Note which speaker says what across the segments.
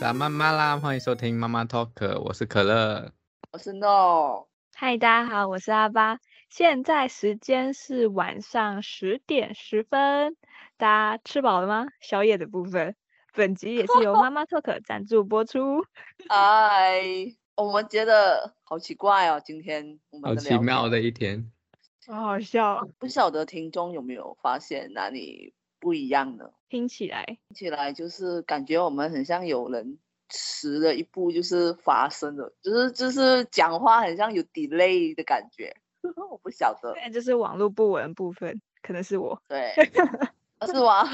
Speaker 1: 傻妈妈啦，欢迎收听妈妈 Talk，我是可乐。
Speaker 2: 我是 No，
Speaker 3: 嗨，大家好，我是阿巴。现在时间是晚上十点十分，大家吃饱了吗？宵夜的部分，本集也是由妈妈 Talk 赞助播出。
Speaker 2: 嗨，哎我们觉得好奇怪哦，今天我们
Speaker 1: 好
Speaker 2: 的
Speaker 1: 奇
Speaker 2: 聊天
Speaker 1: 妙的一天，
Speaker 3: 好好笑哦，
Speaker 2: 不晓得听众有没有发现哪里不一样呢？
Speaker 3: 听起来
Speaker 2: 听起来就是感觉我们很像有人迟了一步，就是发生了，就是就是讲话很像有 delay 的感觉， 我不晓得，
Speaker 3: 对，就是网络不文部分，可能是我。
Speaker 2: 对，啊是吗？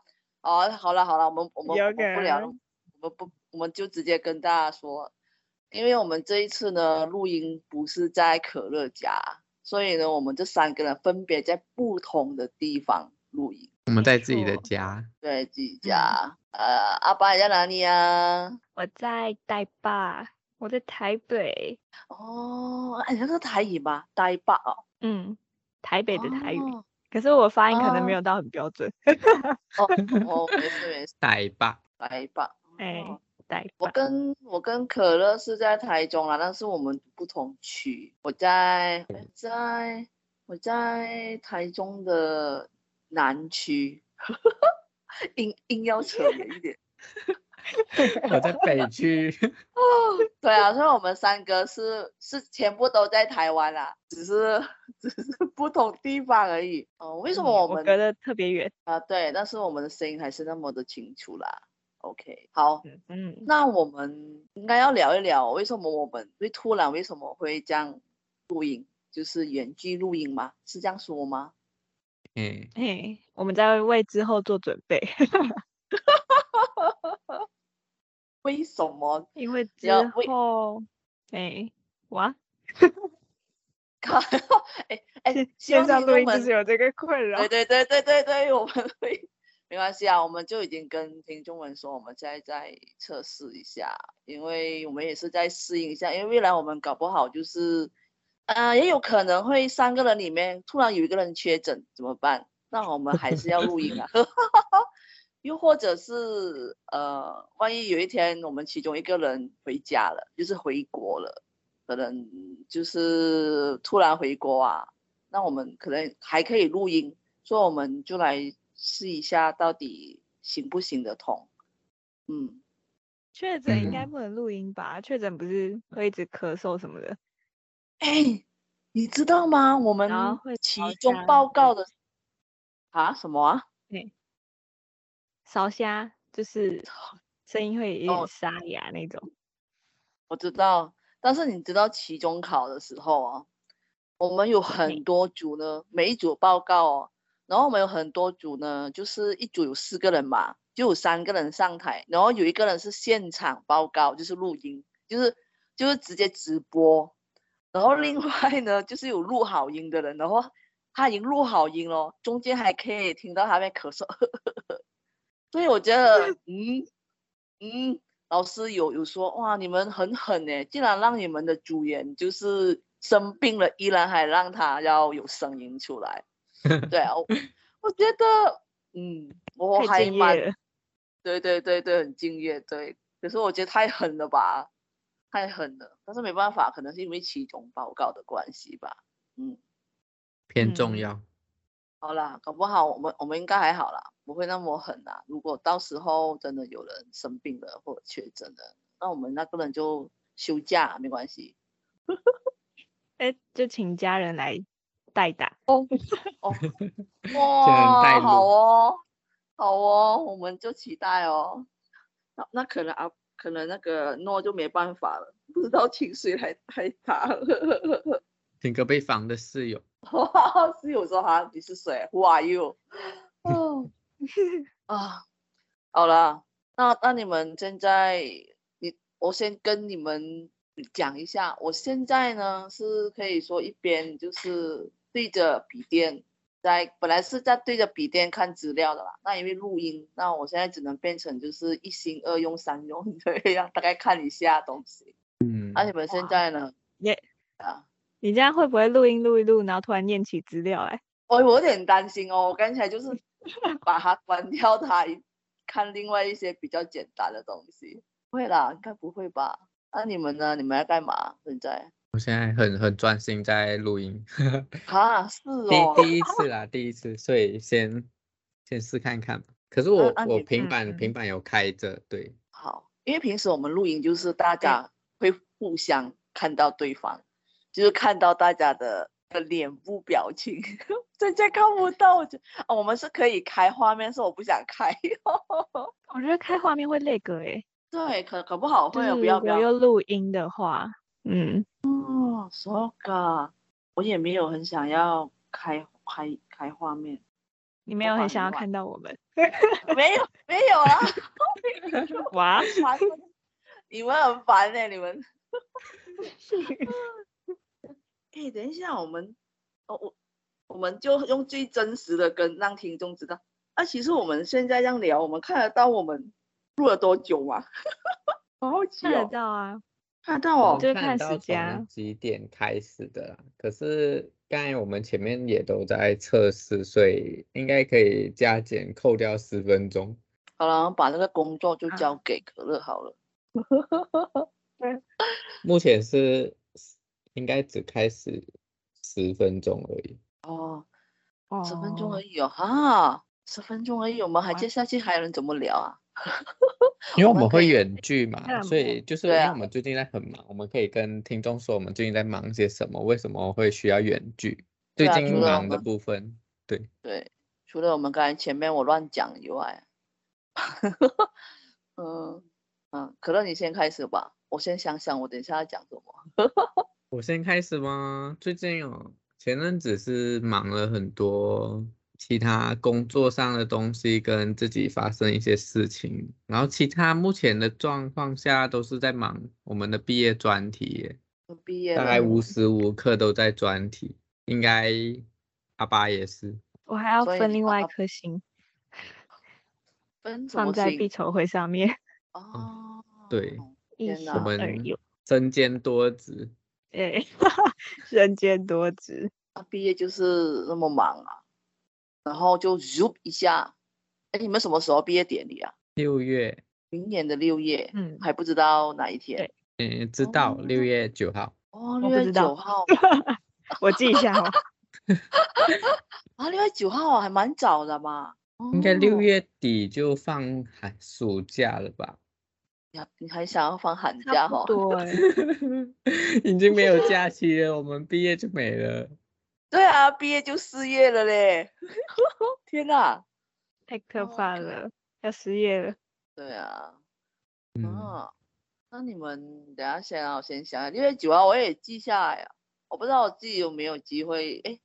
Speaker 2: 哦，好了好了，我们我们
Speaker 3: 有
Speaker 2: 我们
Speaker 3: 可
Speaker 2: 不聊
Speaker 3: 能
Speaker 2: 了，我们不我们就直接跟大家说，因为我们这一次呢录音不是在可乐家，所以呢我们这三个人分别在不同的地方录音，
Speaker 1: 我们在自己的
Speaker 3: 错
Speaker 1: 家，
Speaker 2: 对自己家，
Speaker 3: 嗯
Speaker 2: 呃，阿爸你在哪里啊？
Speaker 3: 我在台北，我在台北，
Speaker 2: 哦，哎，那是台语吗？台北哦，
Speaker 3: 嗯，台北的台语，
Speaker 2: 哦
Speaker 3: 可是我发音可能没
Speaker 2: 哦
Speaker 3: 有到很标 准。
Speaker 2: 哦，哦没事没事，
Speaker 1: 带吧。
Speaker 2: 台北。
Speaker 3: 哎
Speaker 2: 哦
Speaker 3: 台
Speaker 2: 我
Speaker 3: 北，
Speaker 2: 跟我跟可乐是在台中啦，但是我们不同区。我在
Speaker 3: 嗯
Speaker 2: 我在我在台中的南区， 硬硬要扯远一点。
Speaker 1: 我在北区，
Speaker 2: 哦，对啊，所以我们三个是是全部都在台湾啦，只是只是不同地方而已。哦， 为什
Speaker 3: 嗯
Speaker 2: 么我
Speaker 3: 我
Speaker 2: 们
Speaker 3: 隔得特别远？
Speaker 2: 啊？对，但是我们的声音还是那么的清楚啦。OK，好，
Speaker 3: 嗯，
Speaker 2: 那我们应该要聊一聊，为什么我们会突然为什么会这样录音，就是远距录音吗？是这样说吗？
Speaker 1: 嗯，
Speaker 3: 嘿，我们在为之后做准备，
Speaker 2: 为什么？
Speaker 3: 因为之
Speaker 2: 要为
Speaker 3: 后，哎，哇，
Speaker 2: 靠！哎哎
Speaker 3: 线，
Speaker 2: 希望
Speaker 3: 线上
Speaker 2: 听
Speaker 3: 录
Speaker 2: 众
Speaker 3: 音就
Speaker 2: 们
Speaker 3: 是有这个困扰
Speaker 2: 对。对对对对对，我们会没关系啊，我们就已经跟听众们说，我们现在在测试一下，因为我们也是在适应一下，因为未来我们搞不好就是，呃，也有可能会三个人里面突然有一个人确诊怎么办？那我们还是要录音啊， 又或者是呃，万一有一天我们其中一个人回家了，就是回国了，可能就是突然回国啊，那我们可能还可以录音，所以我们就来试一下到底行不行得通。嗯，
Speaker 3: 确诊应该
Speaker 1: 嗯
Speaker 3: 不能录音吧？确诊不是会一直咳嗽什么的，
Speaker 2: 哎，你知道吗？我们
Speaker 3: 后会嗯
Speaker 2: 其
Speaker 3: 吵架
Speaker 2: 中报
Speaker 3: 吗
Speaker 2: 告的啊什么啊？
Speaker 3: 烧虾就是声音会有
Speaker 2: 哦
Speaker 3: 点沙哑那种。
Speaker 2: 我知道，但是你知道期中考的时候啊，我们有很多组呢，每一组报告哦，然后我们有很多组呢，就是一组有四个人嘛，就有三个人上台，然后有一个人是现场报告，就是录音，就是就是直接直播，然后另外呢就是有录好音的人，然后他已经录好音咯，中间还可以听到他在咳嗽， 所以我觉得，嗯嗯。老师有有说哇，你们很狠呢，竟然让你们的组员就是生病了，依然还让他要有声音出 来。对啊，我我觉得，嗯，我
Speaker 3: 太
Speaker 2: 还
Speaker 3: 敬业
Speaker 2: 蛮
Speaker 3: 了，
Speaker 2: 对对对对，很敬业，对。可是我觉得太狠了吧，太狠了。但是没办法，可能是因为期中报告的关系吧。嗯，
Speaker 1: 偏重
Speaker 3: 嗯
Speaker 1: 要。
Speaker 2: 好啦，搞不好我们我们应该还好啦，不会那么狠啦。如果到时候真的有人生病了或者确诊了，那我们那个人就休假，没关 系。
Speaker 3: 哎，就请家人来代打。
Speaker 2: 哦，
Speaker 1: 带
Speaker 2: 哇，
Speaker 1: 路
Speaker 2: 好哦，好哦，我们就期待哦。那那可能啊，可能那个诺就没办法了，不知道请谁来来 打了。
Speaker 1: 请隔壁房的室友，
Speaker 2: 室友说哈，你是谁？Who are you？哦啊，好啦，那那你们现在，你我先跟你们讲一下，我现在呢是可以说一边就是对着笔电，在本来是在对着笔电看资料的啦，那因为录音，那我现在只能变成就是一心二用三用 这样，大概看一下东西。
Speaker 1: 嗯，
Speaker 2: 那、你们现在呢？
Speaker 3: 耶
Speaker 2: 啊。
Speaker 3: 你这样会不会录音录一录，然后突然念起资料来？
Speaker 2: 我我有点担心哦，我刚才就是 把它关掉它，看另外一些比较简单的东西。会啦，应该不会吧？那你们呢？你们要干嘛？现在？
Speaker 1: 我现在很很专心在录音，
Speaker 2: 啊，是哦
Speaker 1: 第，第一次啦，第一次，所以先先试看看吧。可是我、
Speaker 2: 啊
Speaker 1: 我
Speaker 2: 你
Speaker 1: 平
Speaker 3: 嗯
Speaker 1: 板、
Speaker 3: 嗯
Speaker 1: 平板有开着，对，
Speaker 2: 好，因为平时我们录音就是大家会互相看到对方，就是看到大家的的脸部表情， 大家看不到。我就、哦、我们是可以开画面，是我不想开。
Speaker 3: 我觉得开画面会累个诶、
Speaker 2: 对，可可不好
Speaker 3: 就
Speaker 2: 会
Speaker 3: 是
Speaker 2: 哦，
Speaker 3: 如
Speaker 2: 不要不
Speaker 3: 果
Speaker 2: 要。
Speaker 3: 又录音的话，嗯，
Speaker 2: 哦，so ga，我也没有很想要开开开画面，
Speaker 3: 你没
Speaker 2: 我
Speaker 3: 有很
Speaker 2: 把
Speaker 3: 想
Speaker 2: 你
Speaker 3: 要
Speaker 2: 忘
Speaker 3: 看到我们，
Speaker 2: 没有没有啦，
Speaker 3: 哇，
Speaker 2: 烦死了你们很烦哎、你们。啊 哦哎，等一下，我们，哦，我我们就用最真实的跟让听众知道。啊，其实我们现在这样聊，我们看得到我们录了多久吗？ 好好奇
Speaker 3: 看得
Speaker 2: 哦，
Speaker 3: 到啊，
Speaker 2: 看得到
Speaker 1: 我
Speaker 2: 哦
Speaker 1: 们，
Speaker 3: 就
Speaker 1: 看
Speaker 3: 看
Speaker 1: 到
Speaker 3: 时
Speaker 1: 从
Speaker 3: 间啊
Speaker 1: 几点开始的啦。可是刚才我们前面也都在测试，所以应该可以加减扣掉十分钟。
Speaker 2: 好了，把那个工作就
Speaker 3: 啊
Speaker 2: 交给可乐好了。
Speaker 1: 目前是应该只开始十分钟而已。
Speaker 2: 哦，十分钟
Speaker 3: 哦
Speaker 2: 而已哦，啊，十分钟而已，我们还
Speaker 3: 哇
Speaker 2: 接下去还能怎么聊啊？
Speaker 1: 因为我
Speaker 2: 们
Speaker 1: 们
Speaker 2: 可
Speaker 1: 会
Speaker 2: 以
Speaker 1: 远距嘛，
Speaker 3: 看
Speaker 1: 所
Speaker 3: 嘛
Speaker 1: 以就是因
Speaker 2: 对
Speaker 1: 为
Speaker 2: 啊
Speaker 1: 我们最近在很忙，我们可以跟听众说我们最近在忙些什么，为什么会需要远距，最
Speaker 2: 对啊
Speaker 1: 近
Speaker 2: 除了我
Speaker 1: 忙的
Speaker 2: 们
Speaker 1: 部分。
Speaker 2: 对，除了我们刚才前面我乱讲以外， 嗯嗯，可乐你先开始吧，我先想想我等一下要讲什么。
Speaker 1: 我先开始吗？最近哦，前阵子是忙了很多其他工作上的东西，跟自己发生一些事情，然后其他目前的状况下都是在忙我们的毕业专题耶，
Speaker 2: 嗯毕业
Speaker 1: 大
Speaker 2: 了
Speaker 1: 概
Speaker 2: 吗，
Speaker 1: 无时无刻都在专题，应该阿巴也是。
Speaker 3: 我还要
Speaker 2: 所以
Speaker 3: 分
Speaker 2: 你
Speaker 3: 另
Speaker 2: 把
Speaker 3: 外一
Speaker 2: 它
Speaker 3: 颗星
Speaker 2: 分什
Speaker 3: 放
Speaker 2: 么
Speaker 3: 在
Speaker 2: 型
Speaker 3: 必筹会上面，
Speaker 2: 哦，
Speaker 1: 嗯对
Speaker 3: 一
Speaker 2: 天
Speaker 3: 心
Speaker 2: 哪
Speaker 1: 我
Speaker 3: 二
Speaker 1: 们
Speaker 3: 用，
Speaker 1: 身兼多职，
Speaker 3: 哎， 人间多 职，
Speaker 2: 他毕业就是那么忙啊，然后就 zoom 一下，哎，你们什么时候毕业典礼啊？
Speaker 1: 六月，
Speaker 2: 明年的六月，
Speaker 3: 嗯，
Speaker 2: 还不知道哪一天
Speaker 3: 对。
Speaker 1: 嗯，知道六
Speaker 2: 哦
Speaker 1: 月九号，
Speaker 2: 哦，
Speaker 3: 我
Speaker 2: 六
Speaker 3: 不
Speaker 2: 月
Speaker 3: 知道
Speaker 2: 九号
Speaker 3: 我记一下哦，
Speaker 2: 啊，六月九号啊，还蛮早的嘛。
Speaker 1: 应该六
Speaker 2: 哦
Speaker 1: 月底就放寒暑假了吧？
Speaker 2: 你还你还想要放寒假
Speaker 3: 差不
Speaker 2: 哦？
Speaker 3: 多哎，
Speaker 1: 已经没有假期了，我们毕业就没了。
Speaker 2: 对啊，毕业就失业了嘞！ 天哪，
Speaker 3: 太可
Speaker 2: 哦
Speaker 3: 怕
Speaker 2: 对
Speaker 3: 了，要失业了，
Speaker 2: 对啊，
Speaker 1: 嗯，
Speaker 2: 啊，那你们等一下先啊，我先想想，六月九号我也记下来啊，我不知道我自己有没有机会，哎，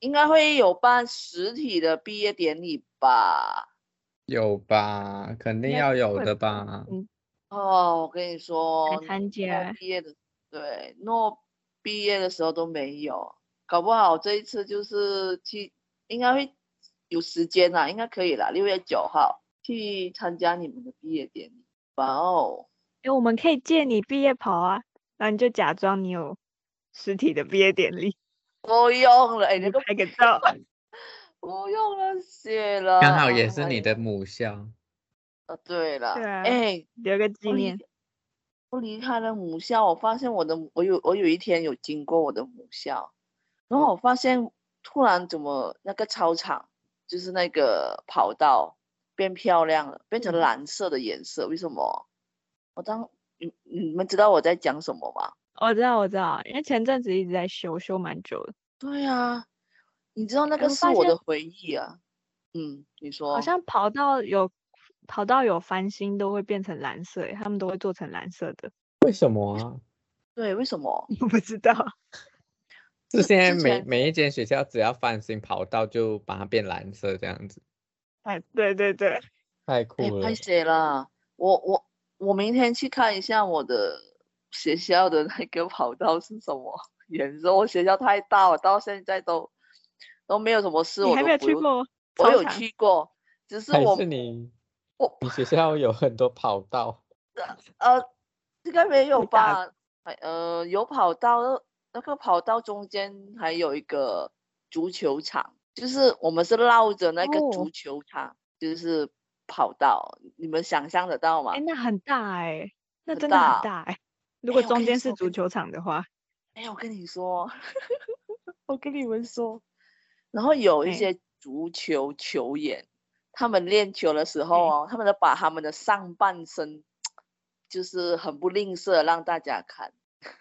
Speaker 2: 应该会有办实体的毕业典礼吧？
Speaker 1: 有吧？肯定
Speaker 3: 该
Speaker 1: 要有
Speaker 3: 会
Speaker 1: 的吧？
Speaker 3: 嗯，
Speaker 2: 哦，我跟你说，
Speaker 3: 参
Speaker 2: 诺
Speaker 3: 加，
Speaker 2: 毕业的，对，诺毕业的时候都没有，搞不好这一次就是去，应该会有时间啦，应该可以啦，六月九号去参加你们的毕业典礼。哇哦，
Speaker 3: 哎，我们可以借你毕业袍啊，然后你就假装你有实体的毕业典礼，
Speaker 2: 不用了，哎，
Speaker 1: 嗯
Speaker 2: 那
Speaker 3: 你
Speaker 2: 个
Speaker 3: 拍个照，
Speaker 2: 不用了，谢了。
Speaker 1: 刚好也
Speaker 2: 啊
Speaker 1: 是你
Speaker 2: 哎
Speaker 1: 的
Speaker 2: 呀
Speaker 1: 母校，
Speaker 2: 呃，对了，
Speaker 3: 对啊
Speaker 2: 哎，
Speaker 3: 留个纪
Speaker 2: 我离
Speaker 3: 念，
Speaker 2: 我离开了母校，我发现我的母我有我有一天有经过我的母校，然后我发现突然怎么那个操场就是那个跑道变漂亮了，变成
Speaker 3: 嗯
Speaker 2: 蓝色的颜色，为什么？我当你你们知道我在讲什么吗？
Speaker 3: 哦我知道我知道，因为前阵子一直在修，修蛮久的，
Speaker 2: 对啊，你知道那
Speaker 3: 哎
Speaker 2: 个
Speaker 3: 我
Speaker 2: 是
Speaker 3: 发
Speaker 2: 我
Speaker 3: 现
Speaker 2: 的回忆啊。嗯，你说
Speaker 3: 好像跑道有跑道有翻新都会变成蓝色欸，他们都会做成蓝色的，
Speaker 1: 为什么 啊？
Speaker 2: 对，为什么？
Speaker 3: 我不知道，
Speaker 1: 是现在
Speaker 2: 之
Speaker 1: 每
Speaker 2: 前
Speaker 1: 每一间学校只要翻新跑道就把它变蓝色这样子，
Speaker 3: 哎，对对对，
Speaker 1: 太
Speaker 2: 哎，
Speaker 1: 酷了
Speaker 2: 拍。谁啦？我我我明天去看一下我的学校的那个跑道是什么颜色。我学校太大了，到现在都都没有什么事。
Speaker 3: 你
Speaker 2: 我
Speaker 3: 还
Speaker 2: 都
Speaker 3: 没有
Speaker 2: 不
Speaker 3: 去
Speaker 2: 用，
Speaker 3: 过
Speaker 2: 我
Speaker 3: 操
Speaker 2: 有
Speaker 3: 场？
Speaker 2: 去过，只是
Speaker 1: 还
Speaker 2: 我
Speaker 1: 是你，
Speaker 2: 我
Speaker 1: 你学校有很多跑道，
Speaker 2: 呃应该没有
Speaker 3: 你打
Speaker 2: 吧？还呃有跑道，那个跑道中间还有一个足球场，就是我们是绕着那个
Speaker 3: 哦
Speaker 2: 足球场，就是跑道，你们想象得到吗
Speaker 3: 哎，？那很大哎，那
Speaker 2: 很
Speaker 3: 真的很
Speaker 2: 大
Speaker 3: 大哎、如果
Speaker 2: 哎我跟
Speaker 3: 中
Speaker 2: 你
Speaker 3: 间
Speaker 2: 说我
Speaker 3: 是
Speaker 2: 跟
Speaker 3: 足
Speaker 2: 你
Speaker 3: 球场的话，
Speaker 2: 哎，我跟你说， 我跟你们说，然后有一
Speaker 3: 哎
Speaker 2: 些足球球员，他们练球的时候哦，他们都把他们的上半身，就是很不吝啬让大家看。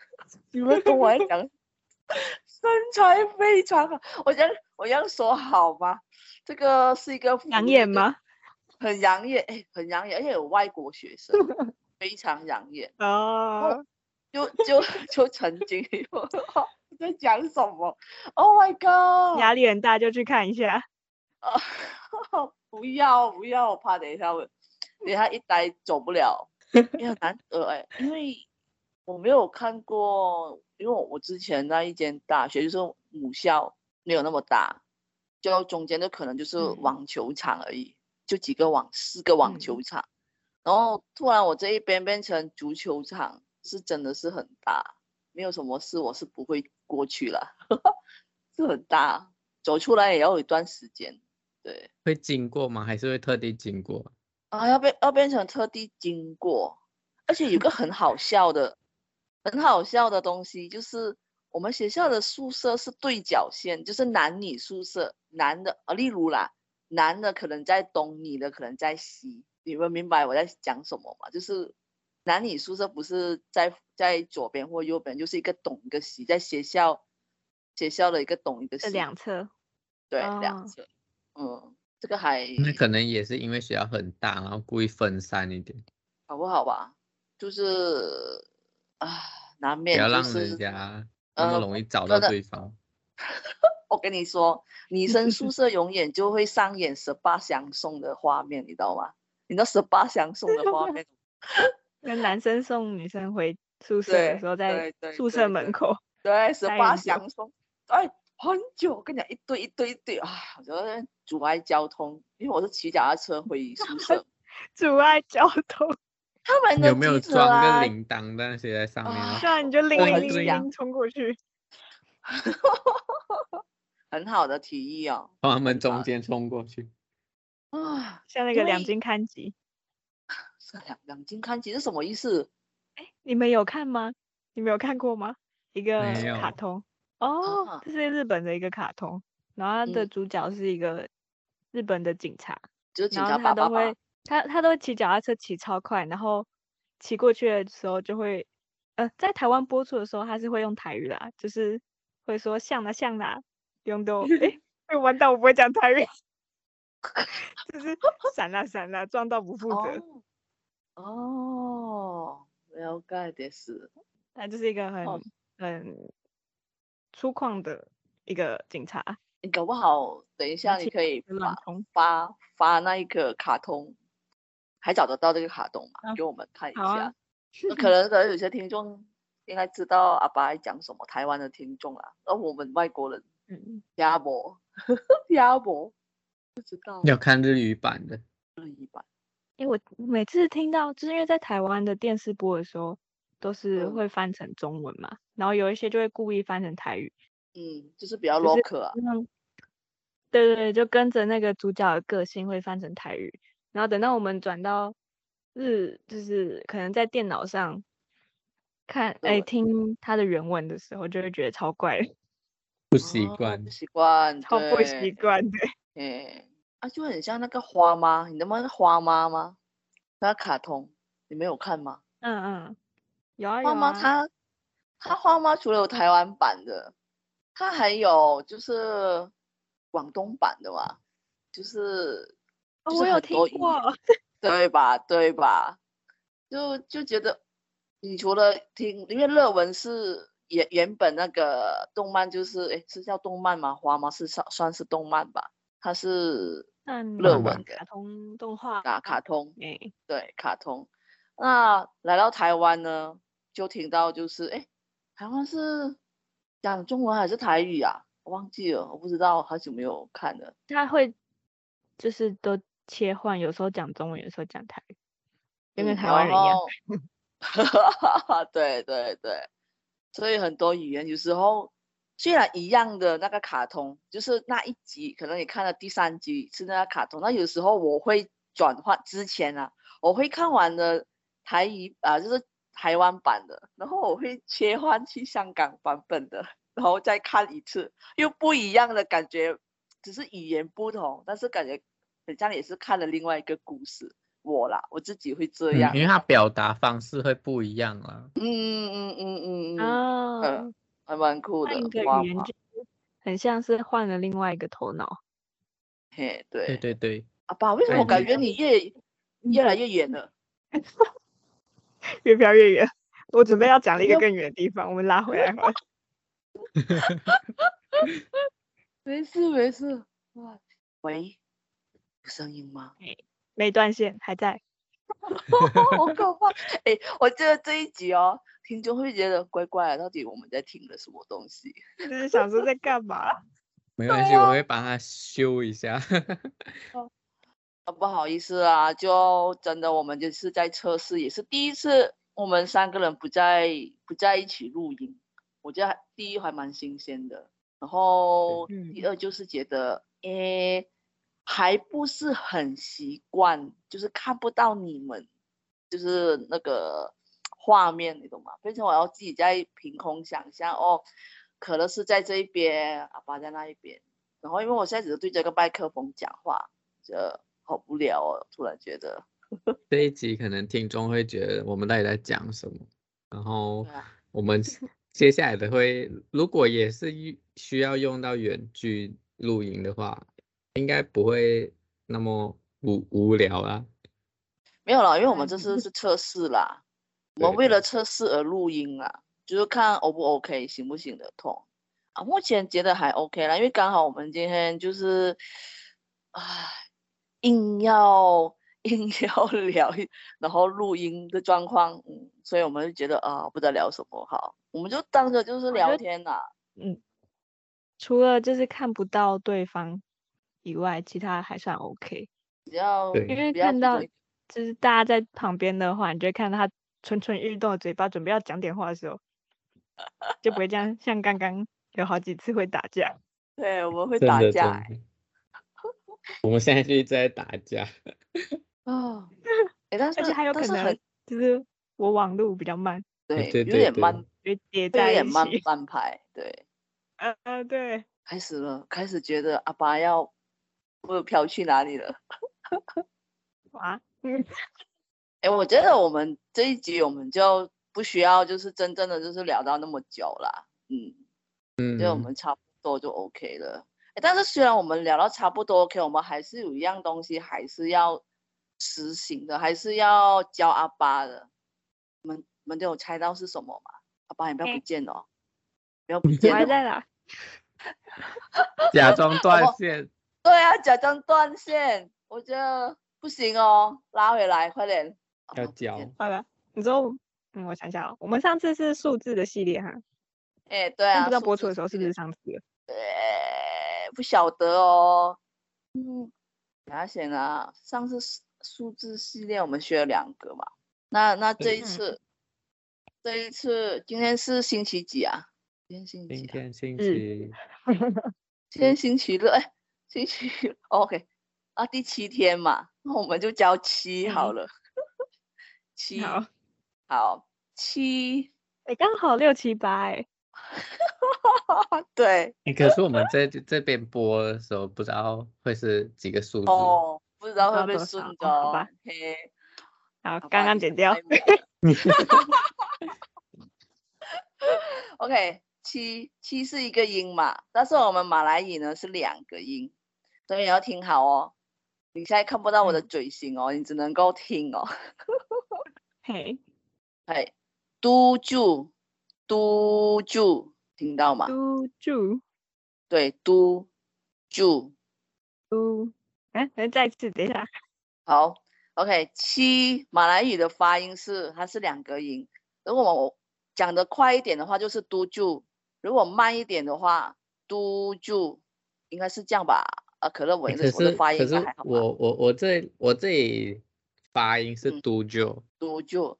Speaker 2: 你们跟我来讲，身材非常好，我这样我这样说好吗？这个是一个福
Speaker 3: 养
Speaker 2: 利
Speaker 3: 眼
Speaker 2: 就
Speaker 3: 吗？
Speaker 2: 很养眼，哎，很养眼，而且有外国学生， 非常养眼。
Speaker 3: 哦，
Speaker 2: 就就 就曾经 有我在讲什么？Oh my god！
Speaker 3: 压力很大就去看一下。
Speaker 2: 啊 不要不要，我怕等一下我等一下一呆走不 了，也很难得哎、因为我没有看过，因为我我之前那一间大学就是母校没有那么大，就中间的可能就是
Speaker 3: 嗯
Speaker 2: 网球场而已，就几个网四个网
Speaker 3: 嗯
Speaker 2: 球场，然后突然我这一边变成足球场，是真的是很大，没有什么事我是不会过去了， 是很大，走出来也要有一段时间，对。
Speaker 1: 会经过吗？还是会特地经过？
Speaker 2: 啊，要变要变成特地经过，而且有个很好笑的、很好笑的东西，就是我们学校的宿舍是对角线，就是男女宿舍，男的啊，例如啦，男的可能在东，女的可能在西，你们明白我在讲什么吗？就是男女宿舍不是在在左边或右边，就是一个东一个西，在学校学校的一个东一个
Speaker 3: 这
Speaker 2: 西，
Speaker 3: 两侧
Speaker 2: 对两
Speaker 3: 哦
Speaker 2: 侧，嗯，这个还
Speaker 1: 那可能也是因为学校很大，然后故意分散一点，
Speaker 2: 好不好吧？就是啊，难
Speaker 1: 不
Speaker 2: 免
Speaker 1: 要
Speaker 2: 就
Speaker 1: 让人
Speaker 2: 是。
Speaker 1: 家那么
Speaker 2: 呃
Speaker 1: 容易找
Speaker 2: 真
Speaker 1: 到
Speaker 2: 的
Speaker 1: 对方。
Speaker 2: 我跟你说，女生宿舍永远就会上演十八相送的画面，你知道吗？你知道十八相送的画面，
Speaker 3: 跟男生送女生回宿舍的
Speaker 2: 对
Speaker 3: 时候，在
Speaker 2: 对对
Speaker 3: 宿
Speaker 2: 对
Speaker 3: 舍门
Speaker 2: 对
Speaker 3: 口，
Speaker 2: 对，十
Speaker 3: 待
Speaker 2: 八
Speaker 3: 很久
Speaker 2: 相送，哎，很久，我跟你讲，一堆一堆一堆啊，我觉得阻碍交通，因为我是骑脚踏车回宿舍，
Speaker 3: 阻碍交通，
Speaker 2: 他们
Speaker 1: 你
Speaker 2: 的
Speaker 1: 有没有
Speaker 2: 机车
Speaker 1: 装
Speaker 2: 啊
Speaker 1: 个铃铛那些在上面
Speaker 2: 啊
Speaker 1: 啊？
Speaker 3: 这样你就铃
Speaker 1: 我
Speaker 3: 铃
Speaker 1: 很
Speaker 3: 铃
Speaker 1: 惊
Speaker 3: 铃冲过去，
Speaker 2: 很好的提议哦，
Speaker 1: 从他们
Speaker 2: 很好
Speaker 1: 中间冲过去，
Speaker 2: 啊，
Speaker 3: 像那
Speaker 2: 因
Speaker 3: 个两
Speaker 2: 为
Speaker 3: 金刊集。
Speaker 2: 这两两金看齐是什么意思？
Speaker 3: 你们有看吗？你们有看过吗？一个
Speaker 1: 没
Speaker 3: 卡
Speaker 1: 有
Speaker 3: 通哦，
Speaker 2: 啊
Speaker 3: 这是日本的一个卡通，然后它的
Speaker 2: 嗯
Speaker 3: 主角是一个日本的警察，
Speaker 2: 就是警
Speaker 3: 然后
Speaker 2: 察
Speaker 3: 他
Speaker 2: 爸爸
Speaker 3: 都
Speaker 2: 吧
Speaker 3: 会，他他都会骑脚踏车骑超快，然后骑过去的时候就会，呃，在台湾播出的时候他是会用台语啦，就是会说像啦像啦，用都诶，哎，完蛋，我不会讲台语， 就是闪啦闪啦，撞到不负责，
Speaker 2: 哦，哦，了解的是，
Speaker 3: 他就是一个很
Speaker 2: 哦
Speaker 3: 很粗犷的一个警察，
Speaker 2: 你搞不好等一下你
Speaker 3: 起
Speaker 2: 可以
Speaker 3: 乱
Speaker 2: 发
Speaker 3: 通。
Speaker 2: 发发那一个卡通，还找得到这个卡通吗？
Speaker 3: 啊
Speaker 2: 给我们看一
Speaker 3: 好啊
Speaker 2: 下。那可能可能有些听众应该知道阿爸在讲什么，台湾的听众啦，而我们外国人
Speaker 3: 嗯，
Speaker 2: 鸭脖， 鸭脖不知道
Speaker 1: 要看日语版的，
Speaker 2: 日语版
Speaker 3: 因为我每次听到，就是因为在台湾的电视播的时候，都是
Speaker 2: 嗯
Speaker 3: 会翻成中文嘛，然后有一些就会故意翻成台语，
Speaker 2: 嗯，就是比较
Speaker 3: 就是
Speaker 2: local 啊，
Speaker 3: 嗯，对对对，就跟着那个主角的个性会翻成台语，然后等到我们转到日，就是可能在电脑上看，
Speaker 2: 日
Speaker 3: 哎，
Speaker 2: 文
Speaker 3: 听他的原文的时候，就会觉得超怪的，
Speaker 1: 不
Speaker 2: 哦
Speaker 1: 习惯嗯
Speaker 2: 不。习惯，
Speaker 3: 超不习
Speaker 2: 对，
Speaker 3: 惯的。
Speaker 2: 哎，啊，就很像那个花妈，你知道那个花妈吗？那卡通你没有看吗？
Speaker 3: 嗯嗯，有啊有
Speaker 2: 花猫
Speaker 3: 啊，
Speaker 2: 它，它花猫除了有台湾版的，它还有就是广东版的嘛，就是就
Speaker 3: 哦
Speaker 2: 是
Speaker 3: 我有
Speaker 2: 很
Speaker 3: 听
Speaker 2: 多语言
Speaker 3: 过，
Speaker 2: 对吧？对吧？就就觉得，你除了听，因为乐文是原原本那个动漫，就是诶是叫动漫吗？花猫是算算是动漫吧？它是
Speaker 3: 那你
Speaker 2: 乐
Speaker 1: 嗯
Speaker 2: 文的
Speaker 3: 卡通动画
Speaker 2: 打卡通，
Speaker 3: 哎，
Speaker 2: 对，卡通。那来到台湾呢，就听到就是，哎，台湾是讲中文还是台语啊？我忘记了，我不知道，好久没有看了。
Speaker 3: 他会就是都切换，有时候讲中文，有时候讲台语，就
Speaker 2: 嗯
Speaker 3: 跟台湾人一 样。。
Speaker 2: 然后对对对，所以很多语言有时候虽然一样的那个卡通，就是那一集，可能你看了第三集是那个卡通，那有时候我会转换之前啊，我会看完了台语啊、就是台湾版的，然后我会切换去香港版本的，然后再看一次，又不一样的感觉，只是语言不同，但是感觉很像也是看了另外一个故事。我啦，我自己会这
Speaker 1: 嗯
Speaker 2: 样。
Speaker 1: 因为他表达方式会不一样啦。
Speaker 2: 嗯嗯嗯嗯嗯，
Speaker 3: 哦，
Speaker 2: 还蛮酷的
Speaker 3: 换一个。
Speaker 2: 哇
Speaker 3: 语言
Speaker 2: 哇
Speaker 3: 就是很像是换了另外一个头脑。
Speaker 2: 嘿，
Speaker 1: 对
Speaker 2: 对。
Speaker 1: 对对，
Speaker 2: 阿爸，为什
Speaker 1: 哎
Speaker 2: 么我
Speaker 1: 你
Speaker 2: 感觉你越越来越远了？
Speaker 3: 越飘越远。我准备要讲了一个
Speaker 2: 又
Speaker 3: 更远的地方，我们拉回来好 了。
Speaker 2: 没事没事。哇，喂，有声音吗？
Speaker 3: 没断线，还 在。
Speaker 2: 好可怕！哎、我觉得这一集哦，听众会觉得乖乖，到底我们在听的什么东西？
Speaker 3: 就是想说在 干嘛？
Speaker 1: 没关系，
Speaker 2: 对啊
Speaker 1: 我会帮他修一下。
Speaker 2: 啊，不好意思啊，就真的我们就是在测试，也是第一次我们三个人不在不在一起录音，我觉得还第一还蛮新鲜的，然后第二就是觉得诶、还不是很习惯，就是看不到你们，就是那个画面，你懂吗？变成我要自己在凭空想象哦，可乐是在这一边，阿爸在那一边，然后因为我现在只是对着个麦克风讲话。这呃好无聊哦，突然觉得，
Speaker 1: 这一集可能听众会觉得我们到底在讲什么，然后
Speaker 2: 对啊
Speaker 1: 我们接下来的会，如果也是遇需要用到远距录音的话，应该不会那么无无聊啦。
Speaker 2: 没有啦，因为我们
Speaker 3: 嗯
Speaker 2: 这次是测试啦，我
Speaker 1: 对
Speaker 2: 们为了测试而录音啦，就是看 O 不 OK，行不行得通啊。目前觉得还 OK 啦，因为刚好我们今天就是，唉，硬要 硬要聊一，然后录音的状况，嗯，所以我们就觉得啊，不知道聊什么好，我们就当着就是
Speaker 3: 我觉
Speaker 2: 聊
Speaker 3: 得
Speaker 2: 天啦。
Speaker 3: 嗯除了就是看不到对方以外，其他还算 OK。
Speaker 2: 比较
Speaker 1: 对
Speaker 3: 因为
Speaker 2: 比较
Speaker 3: 看
Speaker 2: 注
Speaker 3: 到
Speaker 2: 重一
Speaker 3: 就是大家在旁边的话，你就会看到他蠢蠢欲动的嘴巴，准备要讲点话的时候，就不会这样。像刚刚有好几次会打 架，
Speaker 2: 对，我们会
Speaker 1: 真
Speaker 2: 打
Speaker 1: 的
Speaker 2: 架
Speaker 1: 真的， 我们现在就一直在打架。
Speaker 2: 欸 啊，哎，但是
Speaker 3: 而且还有
Speaker 2: 但
Speaker 3: 可
Speaker 2: 是很
Speaker 3: 能就是我网路比较慢，
Speaker 1: 哎
Speaker 2: 对，
Speaker 1: 对
Speaker 2: 有
Speaker 1: 对
Speaker 2: 点
Speaker 1: 对
Speaker 2: 慢，
Speaker 3: 就叠
Speaker 2: 会有
Speaker 3: 在一
Speaker 2: 点慢
Speaker 3: 起。
Speaker 2: 半拍。对，
Speaker 3: 呃呃，对，
Speaker 2: 开始了，开始觉得阿爸要不飘去哪里了。
Speaker 3: 哇， 嗯，
Speaker 2: 哎，我觉得我们这一集我们就不需要，就是真正的就是聊到那么久啦。嗯，
Speaker 1: 嗯，
Speaker 2: 觉得我们差不多就 OK 了。哎，但是虽然我们聊到差不多 OK，我们还是有一样东西还是要实行的，还是要教阿爸的。你们你们都有猜到是什么吗？阿爸，你不要
Speaker 3: 哎
Speaker 2: 不见哦，不要不
Speaker 3: 我
Speaker 2: 见
Speaker 3: 还
Speaker 2: 哦。
Speaker 3: 在啦。
Speaker 1: 假装 断
Speaker 2: 我
Speaker 1: 线，
Speaker 2: 对啊，假装断线，我觉得不行哦，拉回来，快点。啊
Speaker 1: 要
Speaker 2: 不见
Speaker 1: 教
Speaker 3: 好了，你说我，嗯，我想想哦，我们上次是数字的系列哈，
Speaker 2: 哎，对
Speaker 3: 但
Speaker 2: 啊，
Speaker 3: 不知道
Speaker 2: 数
Speaker 3: 播
Speaker 2: 字
Speaker 3: 出的时候是不
Speaker 2: 有
Speaker 3: 是上次了？
Speaker 2: 点？呃，不晓得哦。嗯，等下先啊，上次数数字系列我们学了两个嘛，那那这一
Speaker 3: 嗯
Speaker 2: 次，这一次今天是星期几啊？今天星期
Speaker 1: 今
Speaker 2: 几、
Speaker 1: 天
Speaker 2: 啊？
Speaker 1: 星
Speaker 3: 日
Speaker 1: 期
Speaker 2: 今天星期六，哎，星期六 OK 啊，第七天嘛，那我们就教七好
Speaker 3: 嗯
Speaker 2: 了。 七
Speaker 3: 好，
Speaker 2: 好七，
Speaker 3: 哎，刚好六七八哎，
Speaker 2: 对
Speaker 1: 欸可是我们这这边播的时候，不知道会是几个数字。
Speaker 2: 哦，不知道
Speaker 3: 知
Speaker 2: 会
Speaker 3: 道
Speaker 2: 不会
Speaker 3: 多
Speaker 2: 顺
Speaker 3: 少
Speaker 2: 的
Speaker 3: 好
Speaker 2: 哦
Speaker 3: 吧。
Speaker 2: 嘿，
Speaker 3: 好，
Speaker 2: 好
Speaker 3: 刚
Speaker 2: 吧
Speaker 3: 刚
Speaker 2: 你
Speaker 3: 剪
Speaker 2: 很
Speaker 3: 掉
Speaker 2: 爱。美啊 OK，七七是一个音嘛，但是我们马来语呢是两个音，所以你要听好哦。你现在看不到我的
Speaker 3: 嗯
Speaker 2: 嘴型哦，你只能够听哦。
Speaker 3: 嘿，
Speaker 2: 哎，嘟住，嘟住，听到吗？
Speaker 3: 嘟住
Speaker 2: 对，嘟住。
Speaker 3: 嘟，哎，哎再一次，等一下，
Speaker 2: 好，OK，七马来语的发音是它是两个音，如果我讲的快一点的话就是嘟住，如果慢一点的话嘟住，应该是这样吧？啊，可乐 我
Speaker 1: 欸
Speaker 2: 的
Speaker 1: 可
Speaker 2: 我的
Speaker 1: 是
Speaker 2: 发音
Speaker 1: 可
Speaker 2: 应
Speaker 1: 是
Speaker 2: 该还好吧？
Speaker 1: 我我我这我这里发音是
Speaker 2: 嗯
Speaker 1: 嘟就，
Speaker 2: 嘟住，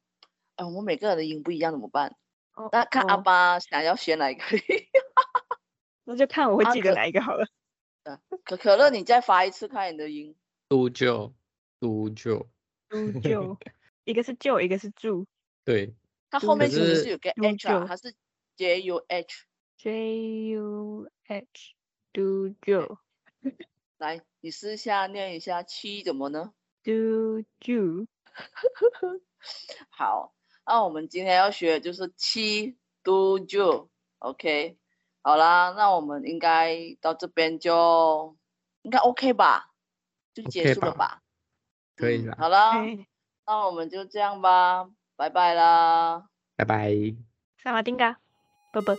Speaker 2: 哎，我们每个人的音不一样怎么办？
Speaker 3: 哦
Speaker 2: 那看阿
Speaker 3: 哦
Speaker 2: 巴想要学哪一个音？
Speaker 3: 那就看我会
Speaker 2: 啊
Speaker 3: 记得
Speaker 2: 可
Speaker 3: 哪一个好了。
Speaker 2: 可可乐，你再发一次看你的音。
Speaker 1: 嘟就嘟就，
Speaker 3: 嘟就一个是就，一个是住。
Speaker 1: 对，
Speaker 2: 它
Speaker 3: 就
Speaker 2: 后
Speaker 3: 是
Speaker 2: 面其实
Speaker 1: 是
Speaker 2: 是有个
Speaker 3: 永
Speaker 2: H 啊
Speaker 3: 久，
Speaker 2: 它是 J U H。
Speaker 3: J U H do jo
Speaker 2: 来，你试一下念一下七怎么呢？
Speaker 3: do ju
Speaker 2: 好，那我们今天要学的就是七 do do。OK，好啦，那我们应该到这边就应该 OK 吧，就结
Speaker 1: OK
Speaker 2: 束了
Speaker 1: 吧
Speaker 2: 吧？
Speaker 1: 可以
Speaker 2: 嗯
Speaker 1: 啦
Speaker 2: 好啦，
Speaker 3: 嘿
Speaker 2: 那我们就这样吧，拜拜啦。
Speaker 1: 拜拜。
Speaker 3: 萨瓦丁嘎，啵啵。